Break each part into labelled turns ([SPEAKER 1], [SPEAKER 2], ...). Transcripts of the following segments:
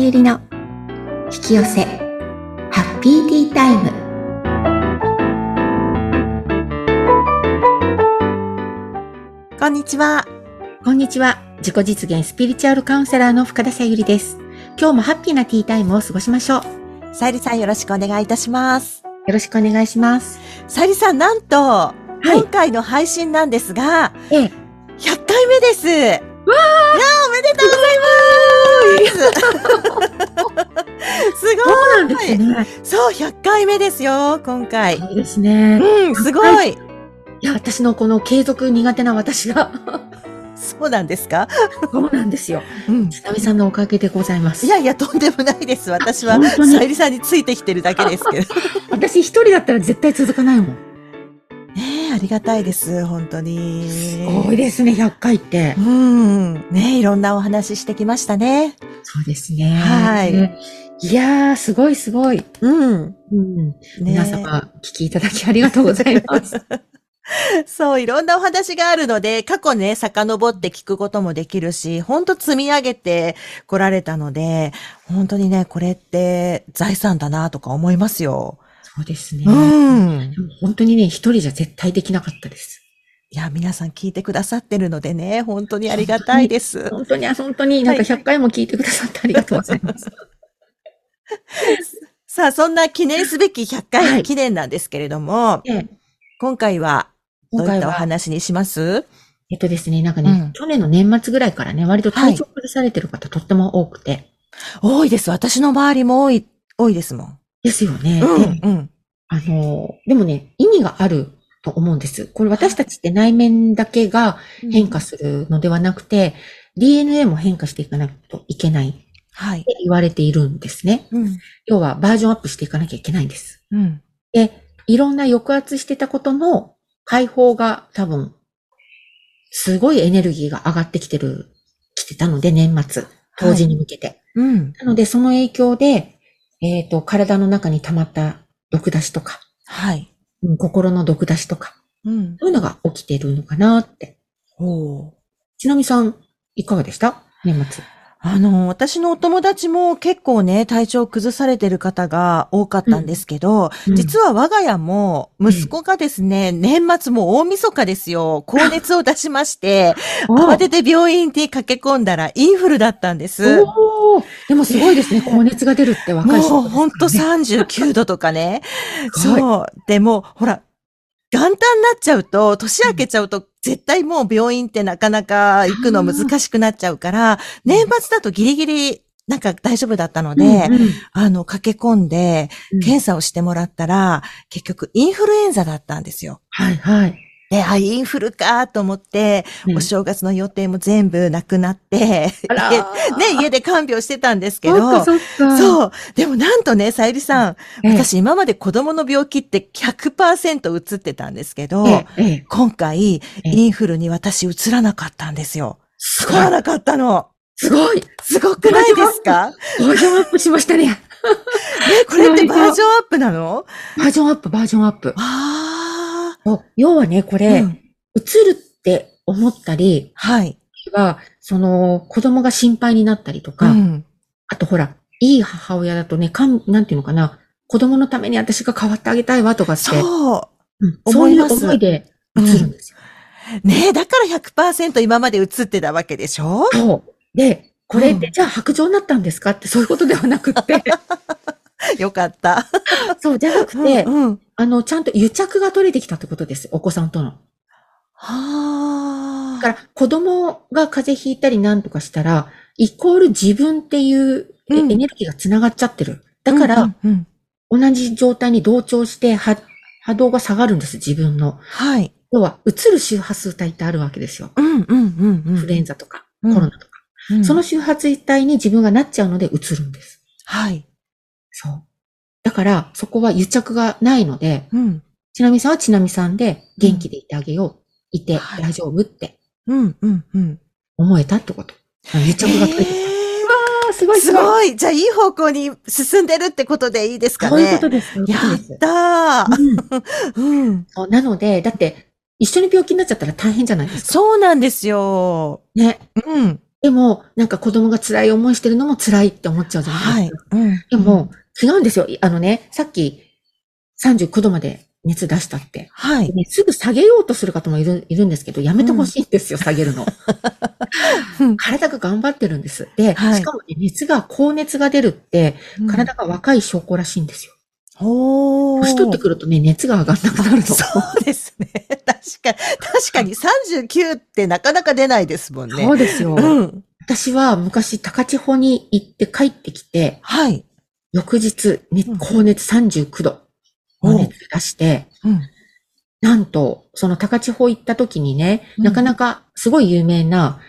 [SPEAKER 1] ゆりの引き寄せハッピーティータイム
[SPEAKER 2] こんにちは。
[SPEAKER 1] こんにちは自己実現スピリチュアルカウンセラーの深田さゆりです今日もハッピーなティータイムを過ごしましょうよ
[SPEAKER 2] さゆりさんよろしくお願いいたします。
[SPEAKER 1] ろしくお願いします
[SPEAKER 2] さゆりさん、なんと、
[SPEAKER 1] い
[SPEAKER 2] 今回の配信なんですが、
[SPEAKER 1] ええ
[SPEAKER 2] 100回目です。わーいやーおめでとうご ざい
[SPEAKER 1] そ
[SPEAKER 2] ま
[SPEAKER 1] うなんですね、
[SPEAKER 2] すすごいそう、100回目ですよ、今回。
[SPEAKER 1] そうですね
[SPEAKER 2] うん、すごい。
[SPEAKER 1] いや私のこの継続苦手な私 が
[SPEAKER 2] そうなんですか
[SPEAKER 1] そうなんですよ
[SPEAKER 2] うん。
[SPEAKER 1] 津波さんのおかげでございます
[SPEAKER 2] いやいや、とんでもないです。私
[SPEAKER 1] あ
[SPEAKER 2] は、
[SPEAKER 1] 本当に
[SPEAKER 2] さゆりさんについてきてるだけですけ ど。
[SPEAKER 1] 私一人だったら絶対続かないもん
[SPEAKER 2] ねえ、ありがたいです、本当に。
[SPEAKER 1] すごいですね100回って
[SPEAKER 2] うん。ねいろんなお話ししてきましたね。
[SPEAKER 1] そうですね
[SPEAKER 2] はい
[SPEAKER 1] いやーすごいすごい、
[SPEAKER 2] うん。
[SPEAKER 1] うん
[SPEAKER 2] ね
[SPEAKER 1] 皆様、お聞きいただきありがとうございます。
[SPEAKER 2] そう、いろんなお話があるので、過去ね、遡って聞くこともできるし、本当積み上げて来られたので、本当にね、これって財産だなとか思いますよ。
[SPEAKER 1] そうですね。
[SPEAKER 2] ん。
[SPEAKER 1] 本当にね、一人じゃ絶対できなかったです。
[SPEAKER 2] いや、皆さん聞いてくださってるのでね、本当にありがた いです。
[SPEAKER 1] 本当に、あ本当に、なんか
[SPEAKER 2] はい
[SPEAKER 1] 100回も聞いてくださってありがとうござい ます。
[SPEAKER 2] さあ、そんな記念すべき100
[SPEAKER 1] は
[SPEAKER 2] 回
[SPEAKER 1] い
[SPEAKER 2] 記念なんですけれども、
[SPEAKER 1] で
[SPEAKER 2] 今回は
[SPEAKER 1] 今
[SPEAKER 2] どうい
[SPEAKER 1] 回
[SPEAKER 2] ったお
[SPEAKER 1] は、
[SPEAKER 2] 話にします
[SPEAKER 1] えっとですね、なんかね、
[SPEAKER 2] うん
[SPEAKER 1] 去年の年末ぐらいからね、割と体調崩されてる方とっても多くて。
[SPEAKER 2] 多いです。私の周りも多い、多いですもん。
[SPEAKER 1] ですよね。で
[SPEAKER 2] うん。
[SPEAKER 1] あの、でもね、意味があると思うんです。これ私たちって内面だけが変化するのではなくて、DNA も変化していかないといけないって
[SPEAKER 2] はい。
[SPEAKER 1] 言われているんですね。
[SPEAKER 2] うん。
[SPEAKER 1] 要はバージョンアップしていかなきゃいけないんです。
[SPEAKER 2] うん。
[SPEAKER 1] で、いろんな抑圧してたことの解放が多分、すごいエネルギーが上がってきてる、来てたので、年末、当時に向けて。
[SPEAKER 2] うん。
[SPEAKER 1] なので、その影響で、えっ、と、体の中に溜まった毒出しとか、
[SPEAKER 2] はい。
[SPEAKER 1] うん心の毒出しとか、
[SPEAKER 2] うん。
[SPEAKER 1] そういうのが起きてるのかなって。
[SPEAKER 2] お
[SPEAKER 1] ちなみさん、いかがでした年末。
[SPEAKER 2] あの、私のお友達も結構ね、体調を崩されてる方が多かったんですけど、実
[SPEAKER 1] は、
[SPEAKER 2] は我が家も、息子がですね、年末も大晦日ですよ、高熱を出しまして、
[SPEAKER 1] お
[SPEAKER 2] 慌
[SPEAKER 1] ー
[SPEAKER 2] てて病院に駆け込んだらインフルだったんです。も
[SPEAKER 1] おーでもすごいですね。高熱が出るって
[SPEAKER 2] う
[SPEAKER 1] 若い人ですからね、
[SPEAKER 2] ほんと39度と かね。
[SPEAKER 1] すごい
[SPEAKER 2] そう。でも、ほら、元旦になっちゃうと、年明けちゃうと、絶対もう病院ってなかなか行くの難しくなっちゃうから、年末だとギリギリ、なんか大丈夫だったので、
[SPEAKER 1] うんうん
[SPEAKER 2] あの、駆け込んで、
[SPEAKER 1] うん
[SPEAKER 2] 検査をしてもらったら、結局インフルエンザだったんですよ。
[SPEAKER 1] はいはい。
[SPEAKER 2] で、あ、インフルかと思って、お正月の予定も全部なくなって、
[SPEAKER 1] あら
[SPEAKER 2] 家
[SPEAKER 1] ー
[SPEAKER 2] ね、家で看病してたんですけ
[SPEAKER 1] そっか
[SPEAKER 2] ど、
[SPEAKER 1] そっか。う。
[SPEAKER 2] そう。でもなんとね、さゆりさん、
[SPEAKER 1] ええ、
[SPEAKER 2] 私今まで子供の病気って100%移ってたんですけど、
[SPEAKER 1] ええ、ええ、
[SPEAKER 2] 今回、
[SPEAKER 1] え
[SPEAKER 2] インフルに私移らなかったんですよ。
[SPEAKER 1] す
[SPEAKER 2] 移らなかったの。
[SPEAKER 1] すごい
[SPEAKER 2] すごくないですか
[SPEAKER 1] バージョンアップしましたね。
[SPEAKER 2] え、これってバージョンアップなの
[SPEAKER 1] バージョンアップ、バージョンアップ。
[SPEAKER 2] ああ。
[SPEAKER 1] お要はね、これ、映、
[SPEAKER 2] うん
[SPEAKER 1] るって思ったり
[SPEAKER 2] はい。
[SPEAKER 1] は、その、子供が心配になったりとか、
[SPEAKER 2] うん
[SPEAKER 1] あとほら、いい母親だとね、かん、なんていうのかな、子供のために私が変わってあげたいわとかって、
[SPEAKER 2] そ
[SPEAKER 1] うん
[SPEAKER 2] 思
[SPEAKER 1] そう
[SPEAKER 2] い
[SPEAKER 1] い
[SPEAKER 2] ます
[SPEAKER 1] う思いで映るんですよ。
[SPEAKER 2] う。ねえ、だから100%今まで映ってたわけでしょ
[SPEAKER 1] そう。で、これって、
[SPEAKER 2] うん
[SPEAKER 1] じゃあ白状になったんですかって、そういうことではなくって、
[SPEAKER 2] よかった。
[SPEAKER 1] そう、じゃなくて、
[SPEAKER 2] うんうん。
[SPEAKER 1] あの、ちゃんと癒着が取れてきたってことです。お子さんとの。
[SPEAKER 2] は
[SPEAKER 1] だか
[SPEAKER 2] あ。
[SPEAKER 1] ら、子供が風邪ひいたりなんとかしたら、イコール自分っていうえエ
[SPEAKER 2] うん
[SPEAKER 1] ネルギーが繋がっちゃってる。だから、
[SPEAKER 2] うんうんうん
[SPEAKER 1] 同じ状態に同調しては波動が下がるんです、自分の。
[SPEAKER 2] はい。
[SPEAKER 1] 要は、移る周波数帯ってあるわけですよ。
[SPEAKER 2] うんうんうんうん。
[SPEAKER 1] インフルエンザとか、
[SPEAKER 2] うん
[SPEAKER 1] コロナとか。
[SPEAKER 2] うん
[SPEAKER 1] その周波数帯に自分がなっちゃうので移るんです。
[SPEAKER 2] はい。
[SPEAKER 1] そう。だから、そこは癒着がないので、
[SPEAKER 2] うん。
[SPEAKER 1] ちなみさんはちなみさんで元気でいてあげよう。いて
[SPEAKER 2] はい
[SPEAKER 1] 大丈夫って
[SPEAKER 2] うんうんうん。
[SPEAKER 1] 思えたってこと。あの癒着が取れてきた。
[SPEAKER 2] え
[SPEAKER 1] あーす
[SPEAKER 2] ー
[SPEAKER 1] ご
[SPEAKER 2] すごい。じゃあ、いい方向に進んでるってことでいいですかね。
[SPEAKER 1] そういうことです。そういう
[SPEAKER 2] や
[SPEAKER 1] ことで
[SPEAKER 2] っ
[SPEAKER 1] す。
[SPEAKER 2] たー。
[SPEAKER 1] うん
[SPEAKER 2] うん。
[SPEAKER 1] そうなので、だって、一緒に病気になっちゃったら大変じゃないですか。
[SPEAKER 2] そうなんですよ。
[SPEAKER 1] ね。
[SPEAKER 2] うん。
[SPEAKER 1] でも、なんか子供が辛い思いしてるのも辛いって思っちゃうじゃな
[SPEAKER 2] はいい
[SPEAKER 1] ですか。。
[SPEAKER 2] うん。
[SPEAKER 1] でも、違うんですよ。あのね、さっき39度まで熱出したって。
[SPEAKER 2] はい。
[SPEAKER 1] ね、すぐ下げようとする方もいるいるんですけど、やめてほしいんですよ、下げる の。体が頑張ってるんです。で、
[SPEAKER 2] はい
[SPEAKER 1] しかもね、熱が、高熱が出るって、体が若い証拠らしいんですよ。
[SPEAKER 2] ほー。
[SPEAKER 1] 年取ってくるとね、熱が上がんなくなるの。
[SPEAKER 2] そうですね。 確かに、確かに39ってなかなか出ないですもんね。
[SPEAKER 1] そうですよ。
[SPEAKER 2] うん。
[SPEAKER 1] 私は昔、高千穂に行って帰ってきて、
[SPEAKER 2] はい。
[SPEAKER 1] 翌日、ね
[SPEAKER 2] うん、
[SPEAKER 1] 高熱39度の熱出して、
[SPEAKER 2] うん。
[SPEAKER 1] なんと、その高千穂行った時にね、
[SPEAKER 2] うん
[SPEAKER 1] なかなかすごい有名な、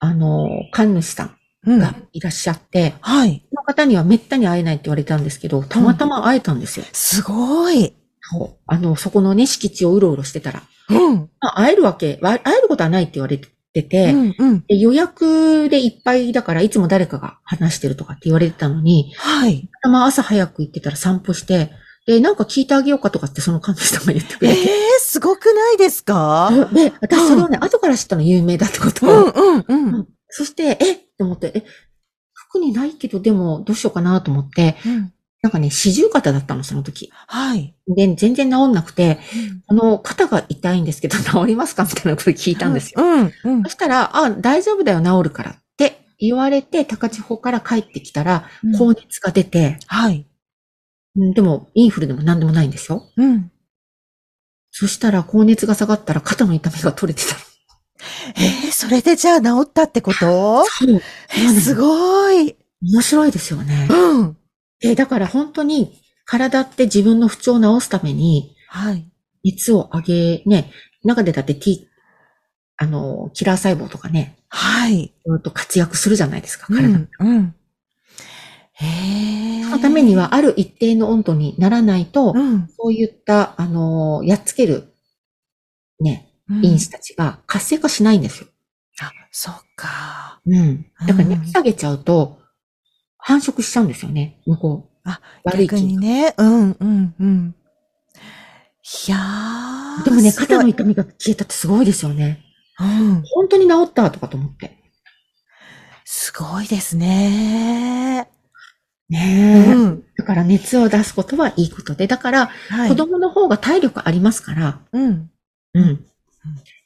[SPEAKER 1] あの、神主さ
[SPEAKER 2] うんん
[SPEAKER 1] が。いらっしゃって、
[SPEAKER 2] はい。
[SPEAKER 1] その方にはめったに会えないって言われたんですけど、たまたま会えたんですよ。
[SPEAKER 2] すごい。
[SPEAKER 1] そうあの、そこのね、敷地をうろうろしてたら。
[SPEAKER 2] うん。
[SPEAKER 1] まあ、会えるわけ、わ会えることはないって言われて
[SPEAKER 2] う
[SPEAKER 1] て、
[SPEAKER 2] ん。うん。
[SPEAKER 1] で予約でいっぱいだから、いつも誰かが話してるとかって言われてたのに、
[SPEAKER 2] はい。
[SPEAKER 1] たま朝早く行ってたら散歩して、で、なんか聞いてあげようかとかってその神主さんが言ってく
[SPEAKER 2] え
[SPEAKER 1] れ
[SPEAKER 2] え
[SPEAKER 1] て。
[SPEAKER 2] すごくないですか
[SPEAKER 1] そうで、私それをね、後から知ったの有名だってこと
[SPEAKER 2] うん
[SPEAKER 1] を。
[SPEAKER 2] うんうん。
[SPEAKER 1] うんそして、えって思って、え、特にないけど、でもどうしようかなと思って、
[SPEAKER 2] うん
[SPEAKER 1] なんかね、四十肩だったの、その時。
[SPEAKER 2] はい。
[SPEAKER 1] で、全然治んなくて、
[SPEAKER 2] 聞
[SPEAKER 1] あの、肩が痛いんですけど、 治りますかみたいなこと聞いたんですよ。
[SPEAKER 2] うんうん
[SPEAKER 1] そ。したら、あ、大丈夫だよ、治るからって言われて、高千穂から帰ってきたら、高熱が出て、
[SPEAKER 2] はい。
[SPEAKER 1] うんでも、インフルでも何でもないんですよ。
[SPEAKER 2] うん。
[SPEAKER 1] そしたら、高熱が下がったら、肩の痛みが取れてたの。
[SPEAKER 2] ええそれでじゃあ治ったってこと
[SPEAKER 1] そう。
[SPEAKER 2] えーすごい。
[SPEAKER 1] 面白いですよね。
[SPEAKER 2] うん。
[SPEAKER 1] え、だから本当に体って自分の不調を治すために
[SPEAKER 2] はい。
[SPEAKER 1] 熱を上げ、ね、中でだって T、あの、キラー細胞とかね、
[SPEAKER 2] はい。
[SPEAKER 1] いろいろと活躍するじゃないですか、
[SPEAKER 2] う
[SPEAKER 1] 体。
[SPEAKER 2] ん。うん。ええ
[SPEAKER 1] そのためにはある一定の温度にならないと、
[SPEAKER 2] うん。
[SPEAKER 1] そういった、あの、やっつける、ね、
[SPEAKER 2] うん
[SPEAKER 1] 因子たちが活性化しないんですよ。
[SPEAKER 2] あ、そうか。
[SPEAKER 1] うん。だから
[SPEAKER 2] う
[SPEAKER 1] ね
[SPEAKER 2] ん、
[SPEAKER 1] 下げちゃうと、繁殖しちゃうんですよね、向こう。
[SPEAKER 2] あ、
[SPEAKER 1] 悪い
[SPEAKER 2] 逆
[SPEAKER 1] 菌
[SPEAKER 2] に
[SPEAKER 1] が。
[SPEAKER 2] ね。うんうんうん。いやー。
[SPEAKER 1] でもね、
[SPEAKER 2] すごい
[SPEAKER 1] 肩の痛みが消えたってすごいですよね。
[SPEAKER 2] うん。
[SPEAKER 1] 本当に治ったとかと思って。
[SPEAKER 2] すごいですね。う
[SPEAKER 1] ねえ、
[SPEAKER 2] ん。
[SPEAKER 1] だから熱を出すことはいいことで、だから
[SPEAKER 2] はい。
[SPEAKER 1] 子供の方が体力ありますから、
[SPEAKER 2] うん。
[SPEAKER 1] うん。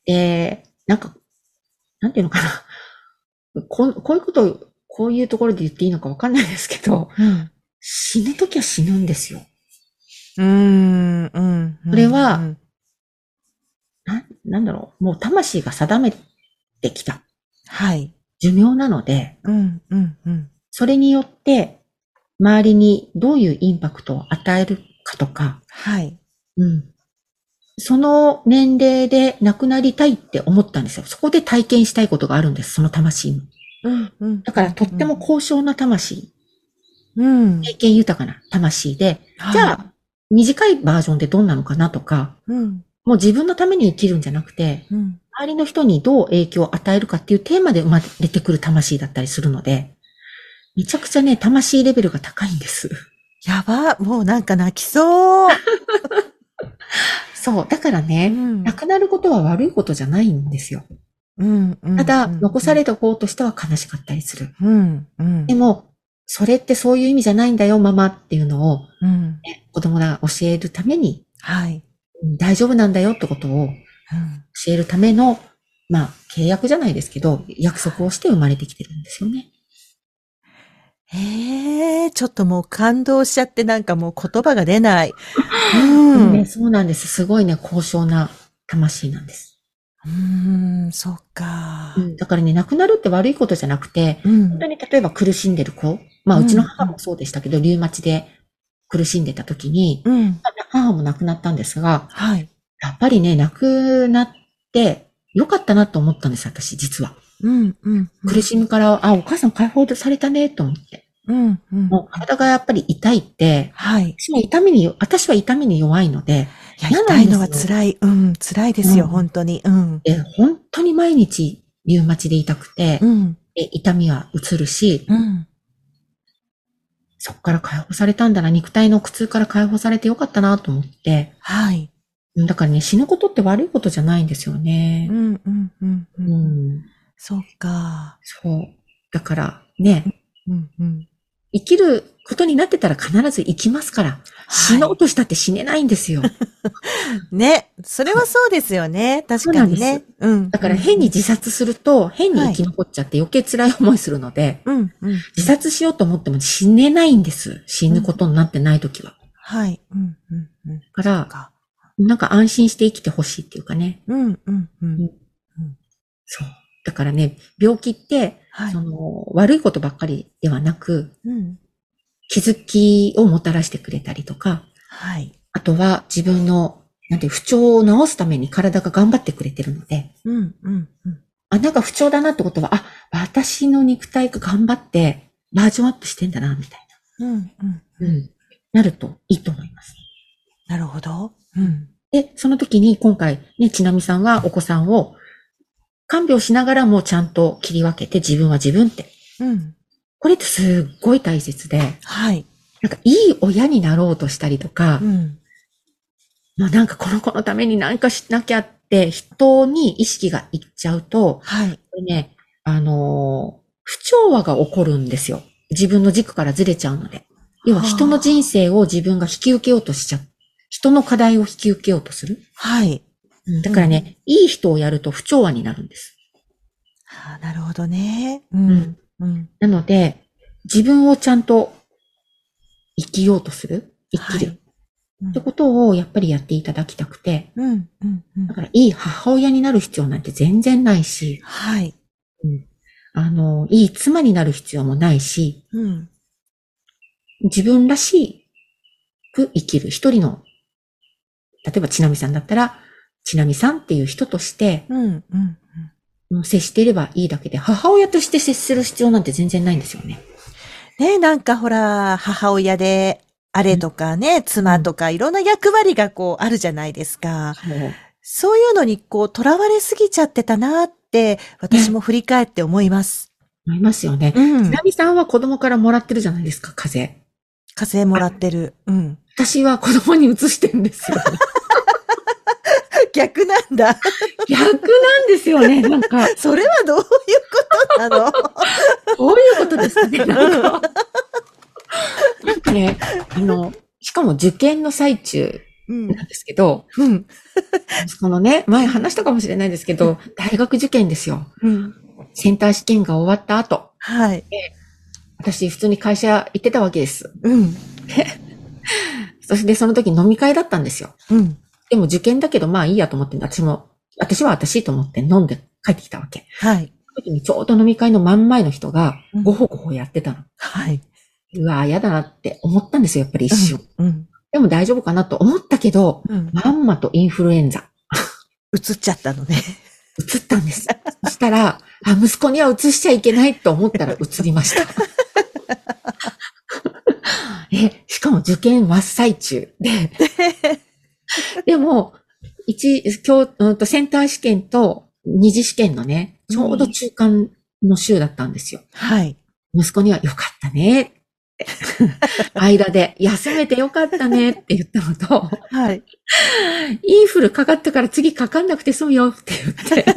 [SPEAKER 1] で、なんか、なんていうのかな。こんこういうこと、こういうところで言っていいのかわかんないですけど、
[SPEAKER 2] うん。
[SPEAKER 1] 死ぬときは死ぬんですよ。
[SPEAKER 2] うん。うん。
[SPEAKER 1] これは
[SPEAKER 2] うん、
[SPEAKER 1] な、なんだろう。もう魂が定めてきた
[SPEAKER 2] はい。
[SPEAKER 1] 寿命なので、
[SPEAKER 2] うん。うん。うん。
[SPEAKER 1] それによって、周りにどういうインパクトを与えるかとか、
[SPEAKER 2] はい。
[SPEAKER 1] うん。その年齢で亡くなりたいって思ったんですよ。そこで体験したいことがあるんです、その魂に。
[SPEAKER 2] うん。うん。
[SPEAKER 1] だからとっても高尚な魂、
[SPEAKER 2] うん。
[SPEAKER 1] 経験豊かな魂で、じゃ
[SPEAKER 2] はい
[SPEAKER 1] あ、短いバージョンでどんなのかなとか、
[SPEAKER 2] うん。
[SPEAKER 1] もう自分のために生きるんじゃなくて、
[SPEAKER 2] うん。
[SPEAKER 1] 周りの人にどう影響を与えるかっていうテーマで生まれてくる魂だったりするので、めちゃくちゃね、魂レベルが高いんです。
[SPEAKER 2] やば、もうなんか泣きそう。
[SPEAKER 1] そう。だから
[SPEAKER 2] う
[SPEAKER 1] ね、
[SPEAKER 2] ん
[SPEAKER 1] 亡くなることは悪いことじゃないんですよ。
[SPEAKER 2] うん。うん
[SPEAKER 1] ただ、残された方としては悲しかったりする。
[SPEAKER 2] うん。うん
[SPEAKER 1] で。も、それってそういう意味じゃないんだよ、ママっていうのを、
[SPEAKER 2] うん。
[SPEAKER 1] ね子供が教えるために、
[SPEAKER 2] はい。
[SPEAKER 1] うん大丈夫なんだよってことを
[SPEAKER 2] うん。
[SPEAKER 1] 教えるための、まあ、契約じゃないですけど、約束をして生まれてきてるんですよね。
[SPEAKER 2] ええちょっともう感動しちゃってなんかもう言葉が出 ない。う
[SPEAKER 1] でも
[SPEAKER 2] ん。
[SPEAKER 1] ね、そうなんです。すごいね、高尚な魂なんです。
[SPEAKER 2] うん、そっか。
[SPEAKER 1] だからね、亡くなるって悪いことじゃなくて、
[SPEAKER 2] うん
[SPEAKER 1] 本当に例えば苦しんでる子、まあ、
[SPEAKER 2] うん
[SPEAKER 1] うちの母もそうでしたけど、リウマチで苦しんでた時に、
[SPEAKER 2] うん。
[SPEAKER 1] 母も亡くなったんですが、
[SPEAKER 2] はい。
[SPEAKER 1] やっぱりね、亡くなって、良かったなと思ったんです、私、実は。
[SPEAKER 2] うん、うん。
[SPEAKER 1] 苦しみから、あ、お母さん解放されたね、と思って。
[SPEAKER 2] うん、うん。
[SPEAKER 1] もう体がやっぱり痛いって、
[SPEAKER 2] はい。い
[SPEAKER 1] 私は痛みに、私は痛みに弱いので、
[SPEAKER 2] や、
[SPEAKER 1] 嫌
[SPEAKER 2] 痛
[SPEAKER 1] なん
[SPEAKER 2] い
[SPEAKER 1] です
[SPEAKER 2] の
[SPEAKER 1] よ
[SPEAKER 2] は辛い。うん、辛いですよ、
[SPEAKER 1] うん
[SPEAKER 2] 本当に。うん。
[SPEAKER 1] え本当に毎日、リウマチで痛くて、
[SPEAKER 2] うん、
[SPEAKER 1] え痛みは移るし、
[SPEAKER 2] うん。
[SPEAKER 1] そこから解放されたんだな、肉体の苦痛から解放されて良かったなと思って、
[SPEAKER 2] はい。
[SPEAKER 1] だからね、死ぬことって悪いことじゃないんですよね
[SPEAKER 2] う。ん、うん、うん。
[SPEAKER 1] う
[SPEAKER 2] う
[SPEAKER 1] んん。
[SPEAKER 2] そっか。
[SPEAKER 1] そう。だから、ね、
[SPEAKER 2] うんうん。
[SPEAKER 1] 生きることになってたら必ず生きますから、死のうとしたって死ねないん ですよ。
[SPEAKER 2] ね。それはそうですよね。確かにね。うん。
[SPEAKER 1] だから変に自殺すると、変に生き残っちゃって余計辛い思いするので、
[SPEAKER 2] うんうん。
[SPEAKER 1] 自殺しようと思っても死ねないんです。死ぬことになってない時は。
[SPEAKER 2] はい。うんうんうん。
[SPEAKER 1] だから、
[SPEAKER 2] か。
[SPEAKER 1] なんか安心して生きてほしいっていうかね。
[SPEAKER 2] うんうんうん。
[SPEAKER 1] そう。だからね、病気って、
[SPEAKER 2] はい
[SPEAKER 1] そ。の、悪いことばっかりではなく、
[SPEAKER 2] うん。
[SPEAKER 1] 気づきをもたらしてくれたりとか、
[SPEAKER 2] はい。
[SPEAKER 1] あとは自分の、なんていう不調を治すために体が頑張ってくれてるので、
[SPEAKER 2] うんうんうん。
[SPEAKER 1] あ、なんか不調だなってことは、あ、私の肉体が頑張って、バージョンアップしてんだな、みたい
[SPEAKER 2] うんうん。
[SPEAKER 1] な。うん。なるといいと思います。
[SPEAKER 2] なるほど。うん。
[SPEAKER 1] で、その時に今回、ね、ちなみさんはお子さんを、看病しながらもちゃんと切り分けて自分は自分って。
[SPEAKER 2] うん。
[SPEAKER 1] これってすっごい大切で、
[SPEAKER 2] はい。
[SPEAKER 1] なんかいい親になろうとしたりとか、
[SPEAKER 2] うん。
[SPEAKER 1] もうなんかこの子のために何かしなきゃって人に意識がいっちゃうと、
[SPEAKER 2] はい。
[SPEAKER 1] これね、あのー不調和が起こるんですよ。自分の軸からずれちゃうので。要は人の人生を自分が引き受けようとしちゃう。人の課題を引き受けようとする。
[SPEAKER 2] はい。
[SPEAKER 1] だからね、いい人をやると不調和になるんです。
[SPEAKER 2] あーなるほどね。うん。うん。
[SPEAKER 1] なので、自分をちゃんと生きようとする。生きる。
[SPEAKER 2] はい
[SPEAKER 1] ってことをやっぱりやっていただきたくて、
[SPEAKER 2] うん。うん。うん
[SPEAKER 1] だ。からいい母親になる必要なんて全然ないし、
[SPEAKER 2] はい。
[SPEAKER 1] あの、いい妻になる必要もないし、
[SPEAKER 2] うん。
[SPEAKER 1] 自分らしく生きる一人の、例えばちなみさんだったら、ちなみさんっていう人として、
[SPEAKER 2] うん。うん。
[SPEAKER 1] うん接していればいいだけで、母親として接する必要なんて全然ないんですよね。
[SPEAKER 2] ね、なんかほら、母親で、あれとかね、妻とかいろんな役割がこうあるじゃないですか。そういうのにこう、囚われすぎちゃってたなって、私も振り返って思います。
[SPEAKER 1] 思いますよね。
[SPEAKER 2] う
[SPEAKER 1] ちなみさんは子供からもらってるじゃないですか、風邪。
[SPEAKER 2] 風もらってる。うん。
[SPEAKER 1] 私は子供に移してるんですよ。
[SPEAKER 2] 逆なんだ。
[SPEAKER 1] 逆なんですよね。なんか、
[SPEAKER 2] それはどういうことな の
[SPEAKER 1] どういうことですかね。なんか、なんかね、あの、しかも受験の最中
[SPEAKER 2] うん
[SPEAKER 1] なんですけど、
[SPEAKER 2] うん。
[SPEAKER 1] そのね、前話したかもしれないですけど、大学受験ですよ。
[SPEAKER 2] うん。
[SPEAKER 1] センター試験が終わった後、
[SPEAKER 2] はい。
[SPEAKER 1] 私普通に会社行ってたわけです。
[SPEAKER 2] うん。
[SPEAKER 1] そしてその時飲み会だったんですよ。
[SPEAKER 2] うん。
[SPEAKER 1] でも受験だけどまあいいやと思って、私も、私は私と思って飲んで帰ってきたわけ。
[SPEAKER 2] はい。
[SPEAKER 1] その時にちょうど飲み会の真ん前の人が
[SPEAKER 2] うん、
[SPEAKER 1] ごほごほやってたの。
[SPEAKER 2] はい。
[SPEAKER 1] うわぁ、嫌だなって思ったんですよ、やっぱり一瞬。
[SPEAKER 2] うん。
[SPEAKER 1] でも大丈夫かなと思ったけど、
[SPEAKER 2] うん。
[SPEAKER 1] まんまとインフルエンザ、
[SPEAKER 2] 映っちゃったのね。
[SPEAKER 1] 移ったんです。そしたら、あ、息子には移しちゃいけないと思ったら移りました。 え、しかも受験真っ最中で、でも、一、今日、うんと、センター試験と二次試験のね、ちょうど中間の週だったんですよ。
[SPEAKER 2] はい。
[SPEAKER 1] 息子にはよかったねって。間で、休めてよかったねって言ったのと、
[SPEAKER 2] はい。
[SPEAKER 1] インフルかかったから次かかんなくて済むよって言って。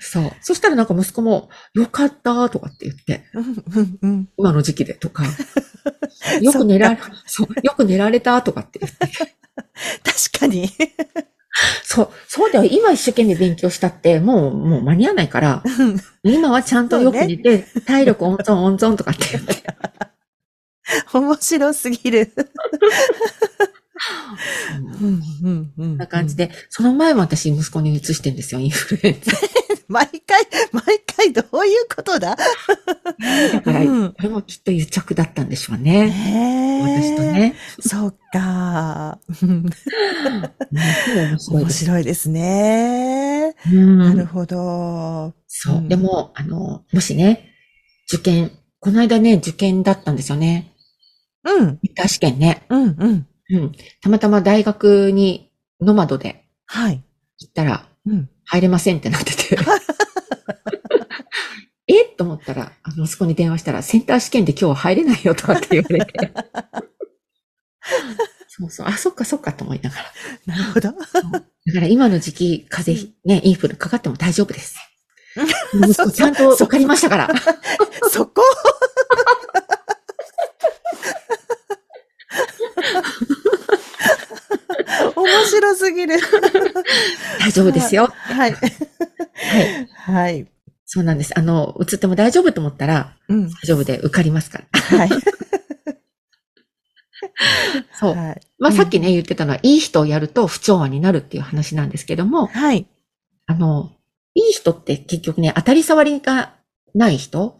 [SPEAKER 1] そう。そしたらなんか息子も、よかったとかって言って、
[SPEAKER 2] うん。うん。うん。
[SPEAKER 1] 今の時期でと か、よく寝られ、そう、よく寝られたとかって言って。
[SPEAKER 2] 確かに。
[SPEAKER 1] そう、そうだよ。今一生懸命勉強したって、もう、もう間に合わないから、
[SPEAKER 2] うん
[SPEAKER 1] 今はちゃんとよく寝て、体力温存温存とかって言って。
[SPEAKER 2] 面白すぎる。
[SPEAKER 1] そう
[SPEAKER 2] うん。うん。うん。
[SPEAKER 1] そんな感じ。で、その前も私息子に移してんですよ、インフルエンザ。
[SPEAKER 2] 毎回、毎回どういうことだ
[SPEAKER 1] だから、
[SPEAKER 2] うん
[SPEAKER 1] これもきっと癒着だったんでしょうね。私と。ね。
[SPEAKER 2] そうか。うん
[SPEAKER 1] 面白い
[SPEAKER 2] 面
[SPEAKER 1] です。
[SPEAKER 2] 白いですね。
[SPEAKER 1] うん
[SPEAKER 2] なるほど。
[SPEAKER 1] そうう。
[SPEAKER 2] ん
[SPEAKER 1] でも、あの、もしね、受験、この間ね、受験だったんですよね。
[SPEAKER 2] うん。
[SPEAKER 1] インター試験ね。
[SPEAKER 2] うん。うん。
[SPEAKER 1] うん。たまたま大学に、ノマドで
[SPEAKER 2] はい。
[SPEAKER 1] 行ったら、
[SPEAKER 2] うん。
[SPEAKER 1] 入れませんってなって て。えと思ったら、あの、息子に電話したら、センター試験で今日は入れないよとかって言われ て。そうそう。あ、そっかそっかと思いながら。
[SPEAKER 2] なるほど。
[SPEAKER 1] だから今の時期、風邪、ね、インフルかかっても大丈夫 です。
[SPEAKER 2] ん
[SPEAKER 1] 息子ちゃんと分かりましたから。
[SPEAKER 2] そこ面白すぎる。
[SPEAKER 1] 大丈夫ですよ。
[SPEAKER 2] はい。
[SPEAKER 1] はい。
[SPEAKER 2] はい。
[SPEAKER 1] そうなんです。あの、映っても大丈夫と思ったら、
[SPEAKER 2] うん。
[SPEAKER 1] 大丈夫で受かりますから。
[SPEAKER 2] はい。
[SPEAKER 1] そう。
[SPEAKER 2] はい。
[SPEAKER 1] まあ、
[SPEAKER 2] うん
[SPEAKER 1] さっきね、言ってたのは、いい人をやると不調和になるっていう話なんですけども、
[SPEAKER 2] はい。
[SPEAKER 1] あの、いい人って結局ね、当たり障りがない人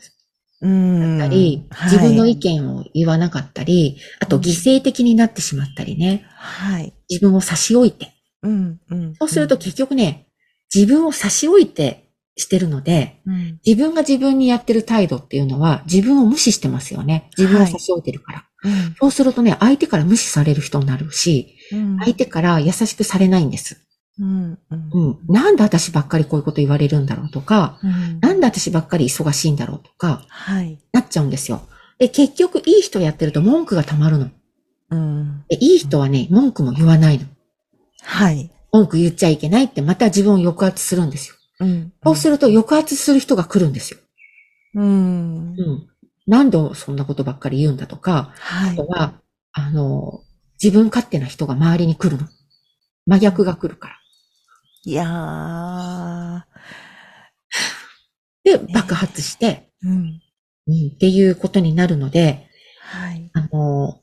[SPEAKER 2] うん。
[SPEAKER 1] だったり、
[SPEAKER 2] はい
[SPEAKER 1] 自分の意見を言わなかったり、あと
[SPEAKER 2] うん
[SPEAKER 1] 犠牲的になってしまったりね、
[SPEAKER 2] はい。
[SPEAKER 1] 自分を差し置いて。
[SPEAKER 2] うん。うん。
[SPEAKER 1] そうすると結局ね、自分を差し置いてしてるので、
[SPEAKER 2] うん、
[SPEAKER 1] 自分が自分にやってる態度っていうのは自分を無視してますよね。自分を差し置いてるから。
[SPEAKER 2] うん。
[SPEAKER 1] そうするとね、相手から無視される人になるし、
[SPEAKER 2] うん。
[SPEAKER 1] 相手から優しくされないんです。
[SPEAKER 2] うん。う。
[SPEAKER 1] うんん。なんで私ばっかりこういうこと言われるんだろうとか、
[SPEAKER 2] うん。
[SPEAKER 1] なんで私ばっかり忙しいんだろうとか、
[SPEAKER 2] はい。
[SPEAKER 1] なっちゃうんですよ。で、結局いい人やってると文句が溜まるの。
[SPEAKER 2] うん。
[SPEAKER 1] でいい人はね、文句も言わないの。
[SPEAKER 2] はい。
[SPEAKER 1] 文句言っちゃいけないって、また自分を抑圧するんですよ。
[SPEAKER 2] うん。
[SPEAKER 1] そうすると抑圧する人が来るんですよ。
[SPEAKER 2] うん。
[SPEAKER 1] うん。何度そんなことばっかり言うんだとか、
[SPEAKER 2] は
[SPEAKER 1] あ
[SPEAKER 2] い
[SPEAKER 1] と。は、あの、自分勝手な人が周りに来るの。真逆が来るから。
[SPEAKER 2] いやー。
[SPEAKER 1] で、爆発して、
[SPEAKER 2] うん。
[SPEAKER 1] うん、っていうことになるので、
[SPEAKER 2] はい。
[SPEAKER 1] あの、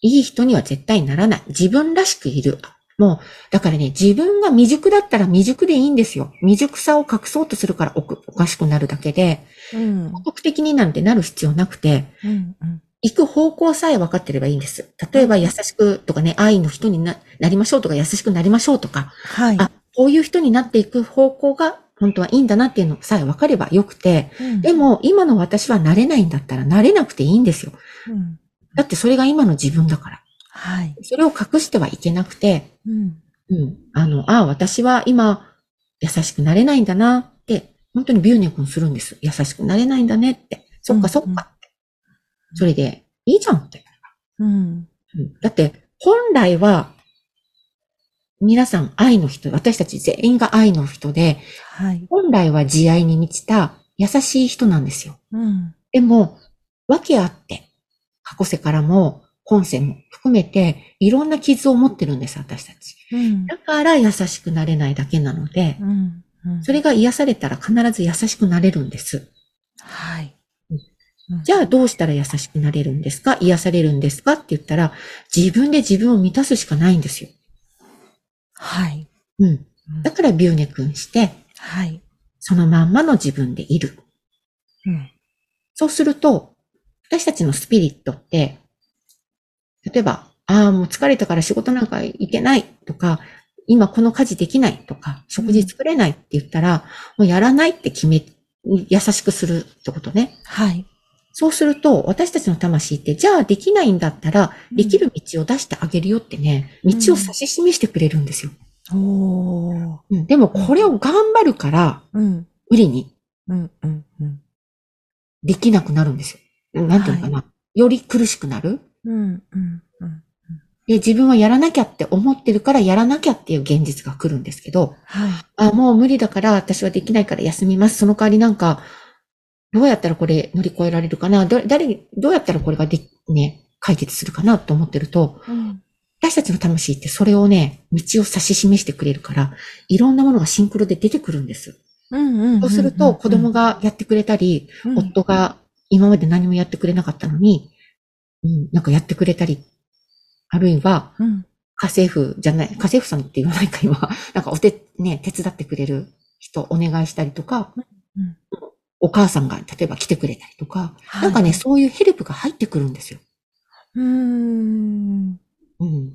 [SPEAKER 1] いい人には絶対ならない。自分らしくいる。もう、だからね、自分が未熟だったら未熟でいいんですよ。未熟さを隠そうとするからおくおかしくなるだけで、
[SPEAKER 2] うん。
[SPEAKER 1] 孤独的になんてなる必要なくて、
[SPEAKER 2] うん。うん。
[SPEAKER 1] 行く方向さえ分かってればいいんです。例えば優しくとかね、愛の人にななりましょうとか、優しくなりましょうとか、
[SPEAKER 2] はい。
[SPEAKER 1] あ、こういう人になっていく方向が本当はいいんだなっていうのさえ分かればよくて、
[SPEAKER 2] うん
[SPEAKER 1] で、も今の私はなれないんだったらなれなくていいんですよ。
[SPEAKER 2] うん。
[SPEAKER 1] だってそれが今の自分だから。
[SPEAKER 2] はい。
[SPEAKER 1] それを隠してはいけなくて、
[SPEAKER 2] うん。
[SPEAKER 1] うん。あの、ああ、私は今、優しくなれないんだなって、本当にビューネ君するんです。優しくなれないんだねって。そっかそっ
[SPEAKER 2] うんうん
[SPEAKER 1] かって。それで、いいじゃんって。
[SPEAKER 2] う
[SPEAKER 1] う
[SPEAKER 2] ん。
[SPEAKER 1] んだって、本来は、皆さん愛の人、私たち全員が愛の人で、
[SPEAKER 2] はい。
[SPEAKER 1] 本来は慈愛に満ちた優しい人なんですよ。
[SPEAKER 2] うん。
[SPEAKER 1] でも、訳あって、過去世からも、今世も含めて、いろんな傷を持ってるんです、私たち。
[SPEAKER 2] うん。
[SPEAKER 1] だから優しくなれないだけなので、
[SPEAKER 2] うん。うん
[SPEAKER 1] それが癒されたら必ず優しくなれるんです。
[SPEAKER 2] はい。
[SPEAKER 1] じゃあどうしたら優しくなれるんですか癒されるんですかって言ったら、自分で自分を満たすしかないんですよ。
[SPEAKER 2] はい。
[SPEAKER 1] うん。
[SPEAKER 2] うん
[SPEAKER 1] だからビューネ君して、
[SPEAKER 2] はい。
[SPEAKER 1] そのまんまの自分でいる。
[SPEAKER 2] うん。
[SPEAKER 1] そうすると、私たちのスピリットって、例えば、ああ、もう疲れたから仕事なんか行けないとか、今この家事できないとか、食事作れないって言ったら、もうやらないって決め、優しくするってことね。
[SPEAKER 2] はい。
[SPEAKER 1] そうすると、私たちの魂って、じゃあできないんだったら、
[SPEAKER 2] うん
[SPEAKER 1] できる道を出してあげるよってね、道を指し示してくれるんですよ。
[SPEAKER 2] お
[SPEAKER 1] う
[SPEAKER 2] ー。
[SPEAKER 1] ん、でも、これを頑張るから、
[SPEAKER 2] うん。
[SPEAKER 1] 無理に
[SPEAKER 2] うん。うん。うん。
[SPEAKER 1] できなくなるんですよ。うんなんていうのかな。より苦しくなる。
[SPEAKER 2] うん。うん。うん。
[SPEAKER 1] で、自分はやらなきゃって思ってるから、やらなきゃっていう現実が来るんですけど、
[SPEAKER 2] はい。
[SPEAKER 1] あ、もう無理だから、私はできないから休みます。その代わりなんか、どうやったらこれ乗り越えられるかな。ど、誰に、どうやったらこれがで、ね、解決するかなと思ってると、
[SPEAKER 2] うん。
[SPEAKER 1] 私たちの魂ってそれをね、道を指し示してくれるから、いろんなものがシンクロで出てくるんです。
[SPEAKER 2] うん。うん。
[SPEAKER 1] そうすると、子供がやってくれたり、
[SPEAKER 2] うん、
[SPEAKER 1] 夫が今まで何もやってくれなかったのに、うん、なんかやってくれたり、あるいは、
[SPEAKER 2] うん。
[SPEAKER 1] 家政婦じゃない、家政婦さんって言わないか今、 なんかお手、ね、手伝ってくれる人お願いしたりとか、
[SPEAKER 2] うん
[SPEAKER 1] お母さんが例えば来てくれたりとか、
[SPEAKER 2] はい
[SPEAKER 1] なんかね、そういうヘルプが入ってくるんですよ。
[SPEAKER 2] うーん。
[SPEAKER 1] うん。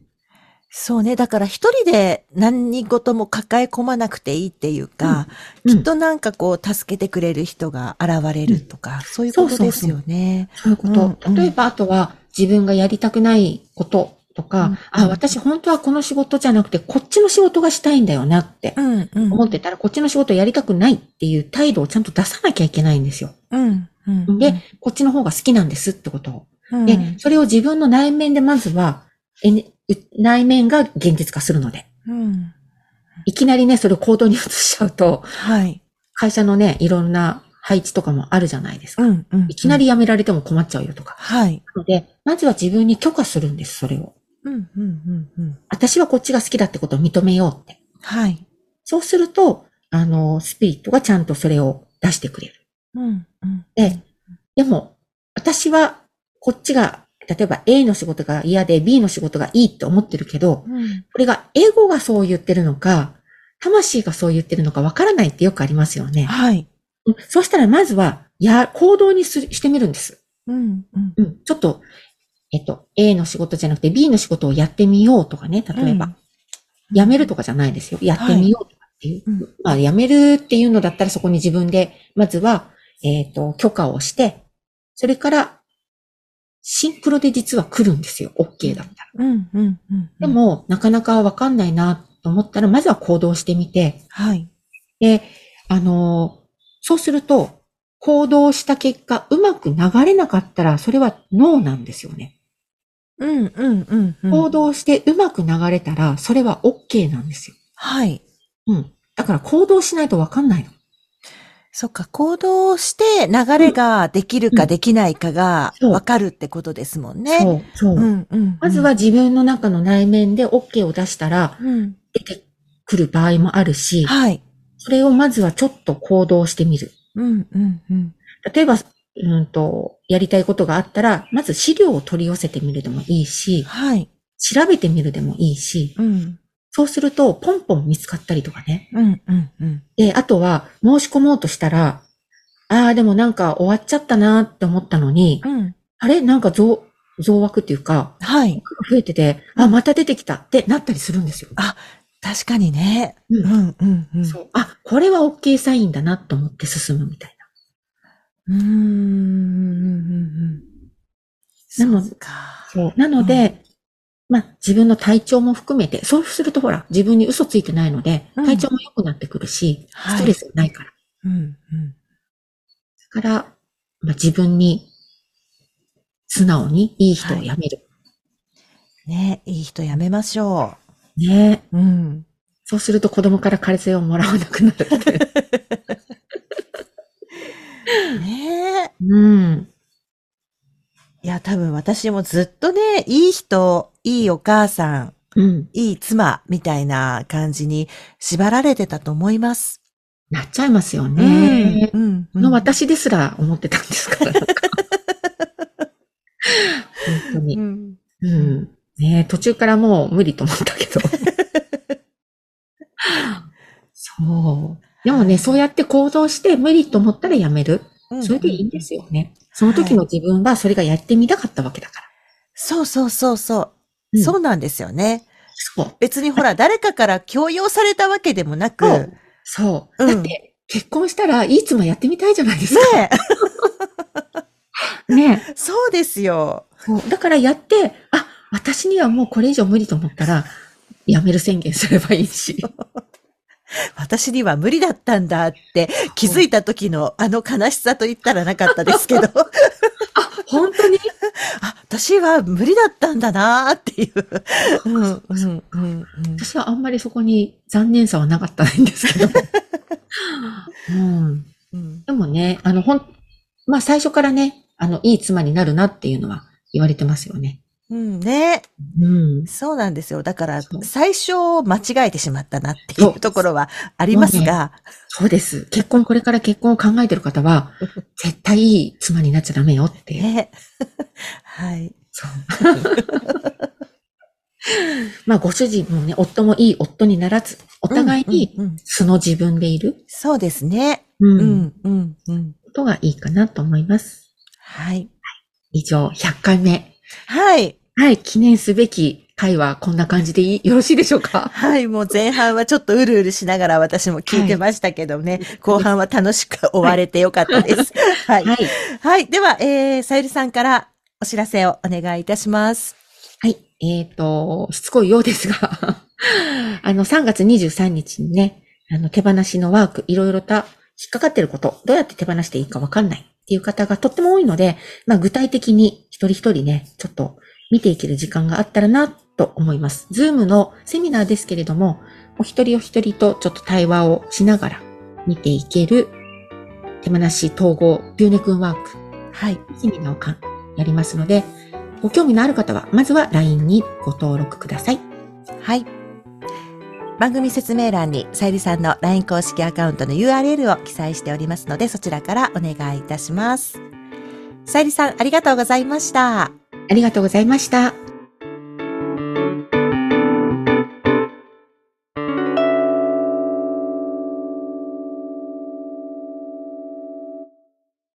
[SPEAKER 2] そうね。だから一人で何事も抱え込まなくていいっていうか、
[SPEAKER 1] うん
[SPEAKER 2] きっとなんかこう、助けてくれる人が現れるとか、そういうことですよね。
[SPEAKER 1] そういうこと。
[SPEAKER 2] うん
[SPEAKER 1] 例えば、あとは自分がやりたくないこととか、
[SPEAKER 2] うん
[SPEAKER 1] あ、私本当はこの仕事じゃなくて、こっちの仕事がしたいんだよなって
[SPEAKER 2] うん、うん。
[SPEAKER 1] 思ってたら、こっちの仕事やりたくないっていう態度をちゃんと出さなきゃいけないんですよ。
[SPEAKER 2] うん、うん。
[SPEAKER 1] で、こっちの方が好きなんですってことを。
[SPEAKER 2] うん、
[SPEAKER 1] で、それを自分の内面でまずは、えねう内面が現実化するので。
[SPEAKER 2] うん。
[SPEAKER 1] いきなりね、それを行動に移しちゃうと、
[SPEAKER 2] はい。
[SPEAKER 1] 会社のね、いろんな配置とかもあるじゃないですか。
[SPEAKER 2] うん、うん。
[SPEAKER 1] いきなり。辞められても困っちゃうよとか。
[SPEAKER 2] はい。
[SPEAKER 1] なので、まずは自分に許可するんです、それを。
[SPEAKER 2] うん、うん、うん、うん。
[SPEAKER 1] 私はこっちが好きだってことを認めようって。
[SPEAKER 2] はい。
[SPEAKER 1] そうすると、あの、スピリットがちゃんとそれを出してくれる。
[SPEAKER 2] うん、うん。
[SPEAKER 1] で、でも、私は、こっちが、例えば A の仕事が嫌で B の仕事がいいって思ってるけど、
[SPEAKER 2] うん。
[SPEAKER 1] これが、エゴがそう言ってるのか、魂がそう言ってるのかわからないってよくありますよね。
[SPEAKER 2] はい。
[SPEAKER 1] うんそうしたら、まずは、や、行動にする、してみるんです。
[SPEAKER 2] うん、うん。
[SPEAKER 1] うん。ちょっと、えっと、A の仕事じゃなくて B の仕事をやってみようとかね、例えば。辞めるとかじゃないですよ。やってみようとかっていう。
[SPEAKER 2] うん。うん。
[SPEAKER 1] まあ、辞めるっていうのだったらそこに自分で、まずは、えっ、と、許可をして、それから、シンクロで実は来るんですよ。OK だったら。
[SPEAKER 2] うん、うん、うん。
[SPEAKER 1] で、も、なかなかわかんないなと思ったら、まずは行動してみて、
[SPEAKER 2] はい。
[SPEAKER 1] で、あのーそうすると、行動した結果、うまく流れなかったら、それはノーなんですよね。
[SPEAKER 2] うん、うん、うん。うん
[SPEAKER 1] 行。動してうまく流れたら、それは OK なんですよ。
[SPEAKER 2] はい。
[SPEAKER 1] うん。だから行動しないとわかんないの。
[SPEAKER 2] そっか、行動して流れができるかできないかが
[SPEAKER 1] うん
[SPEAKER 2] わかるってことですもんね。
[SPEAKER 1] そう、そう。
[SPEAKER 2] うん、うん。
[SPEAKER 1] まずは、自分の中の内面で OK を出したら
[SPEAKER 2] うん。
[SPEAKER 1] 出てくる場合もあるし、
[SPEAKER 2] はい。
[SPEAKER 1] それをまずはちょっと行動してみる。
[SPEAKER 2] うん、うん、うん。
[SPEAKER 1] 例えば、うんと、やりたいことがあったら、まず資料を取り寄せてみるでもいいし、
[SPEAKER 2] はい。
[SPEAKER 1] 調べてみるでもいいし、
[SPEAKER 2] うん。
[SPEAKER 1] そうするとポンポン見つかったりとかね。
[SPEAKER 2] うん、うん、うん。
[SPEAKER 1] で、あとは申し込もうとしたら、ああ、でもなんか終わっちゃったなーって思ったのに、
[SPEAKER 2] うん。
[SPEAKER 1] あれなんか増、増枠っていうか、
[SPEAKER 2] はい。
[SPEAKER 1] 増えてて、あ、また出てきたってなったりするんですよ。
[SPEAKER 2] 確かにね。
[SPEAKER 1] う
[SPEAKER 2] うんん、うん、うん。
[SPEAKER 1] そう。あ、これは OK サインだなと思って進むみたいう
[SPEAKER 2] ーん。うんうんうん
[SPEAKER 1] なの
[SPEAKER 2] そうか。
[SPEAKER 1] な。なので、まあ自分の体調も含めて、そうするとほら、自分に嘘ついてないので、
[SPEAKER 2] うん
[SPEAKER 1] 体調も良くなってくるし、
[SPEAKER 2] はい
[SPEAKER 1] ストレスがないから。
[SPEAKER 2] うん、うん。
[SPEAKER 1] だから、まあ自分に、素直にいい人を辞める。
[SPEAKER 2] ね、いい人やめましょ
[SPEAKER 1] ね
[SPEAKER 2] う。うん。
[SPEAKER 1] そうすると子供から借りをもらわなくなるって いう。
[SPEAKER 2] ねえ。
[SPEAKER 1] うん。
[SPEAKER 2] いや、多分私もずっとね、いい人、いいお母さん、
[SPEAKER 1] うん。
[SPEAKER 2] いい妻みたいな感じに縛られてたと思います。
[SPEAKER 1] なっちゃいますよね。
[SPEAKER 2] うん。うん
[SPEAKER 1] の、私ですら思ってたんですから。 なんか本当
[SPEAKER 2] う
[SPEAKER 1] に。
[SPEAKER 2] ん。
[SPEAKER 1] うん。ねえ途中からもう無理と思ったけど。そう。でもね、そうやって行動して無理と思ったらやめる。それでいいんです
[SPEAKER 2] よ。
[SPEAKER 1] よね。その時の自分はそれがやってみたかったわけだから。
[SPEAKER 2] そうそうそうそうう。
[SPEAKER 1] ん
[SPEAKER 2] そうなんですよね。
[SPEAKER 1] そう。
[SPEAKER 2] 別にほ ら、誰かから強要されたわけでもなく、
[SPEAKER 1] そ
[SPEAKER 2] ね
[SPEAKER 1] う。そう。
[SPEAKER 2] うん
[SPEAKER 1] だって、結婚したらいつもやってみたいじゃないですか。ねえ
[SPEAKER 2] え、そうですよ。
[SPEAKER 1] そう。だからやって、あ、私にはもうこれ以上無理と思ったら、やめる宣言すればいいし。
[SPEAKER 2] 私には無理だったんだって気づいた時のあの悲しさと言ったらなかったですけ ど、
[SPEAKER 1] あ、 本当に
[SPEAKER 2] あ、私は無理だったんだなーっていう。うん、うん、うん。うん
[SPEAKER 1] 私はあんまりそこに残念さはなかったんですけど。うん。
[SPEAKER 2] うん
[SPEAKER 1] でもね、あの、ほん、まあ最初からね、あの、いい妻になるなっていうのは言われてますよね。
[SPEAKER 2] うん、ね
[SPEAKER 1] うん。
[SPEAKER 2] そうなんですよ。だから
[SPEAKER 1] そ、う
[SPEAKER 2] 最初間違えてしまったなってい
[SPEAKER 1] そう
[SPEAKER 2] うところはありますが、
[SPEAKER 1] そうです。結婚、これから結婚を考えてる方 は、絶対いい妻になっちゃダメよっていう。
[SPEAKER 2] ね。 はい。
[SPEAKER 1] そう。 まあ、ご主人もね、夫もいい夫にならず、お互いに
[SPEAKER 2] うんうんうん
[SPEAKER 1] 素の自分でいる、
[SPEAKER 2] そうですね。
[SPEAKER 1] う、
[SPEAKER 2] うんん、うん、うん。
[SPEAKER 1] ことがいいかなと思います。
[SPEAKER 2] はい。
[SPEAKER 1] 以上、100回目。
[SPEAKER 2] はい。
[SPEAKER 1] はい、記念すべき回はこんな感じでいいよろしいでしょうか
[SPEAKER 2] はい。もう前半はちょっとうるうるしながら私も聞いてましたけどね、後半は楽しく終われてよかったです。は い。
[SPEAKER 1] はい。
[SPEAKER 2] はい。では、えー、さゆりさんからお知らせをお願いいたします。
[SPEAKER 1] はい。えっ、と、しつこいようですが、 あの、3月23日にね、あの、手放しのワーク、いろいろと引っかかってること、どうやって手放していいかわかんないっていう方がとっても多いので、まあ、具体的に一人一人ね、ちょっと見ていける時間があったらな、と思います。ズームのセミナーですけれども、お一人お一人とちょっと対話をしながら見ていける手放し統合ビューネ君ワーク
[SPEAKER 2] はい。
[SPEAKER 1] セミナーをかやりますので、ご興味のある方は、まずは LINE にご登録ください。
[SPEAKER 2] はい。番組説明欄に、さゆりさんの LINE 公式アカウントの URL を記載しておりますので、そちらからお願いいたします。さゆりさん、ありがとうございました。
[SPEAKER 1] ありがとうございました。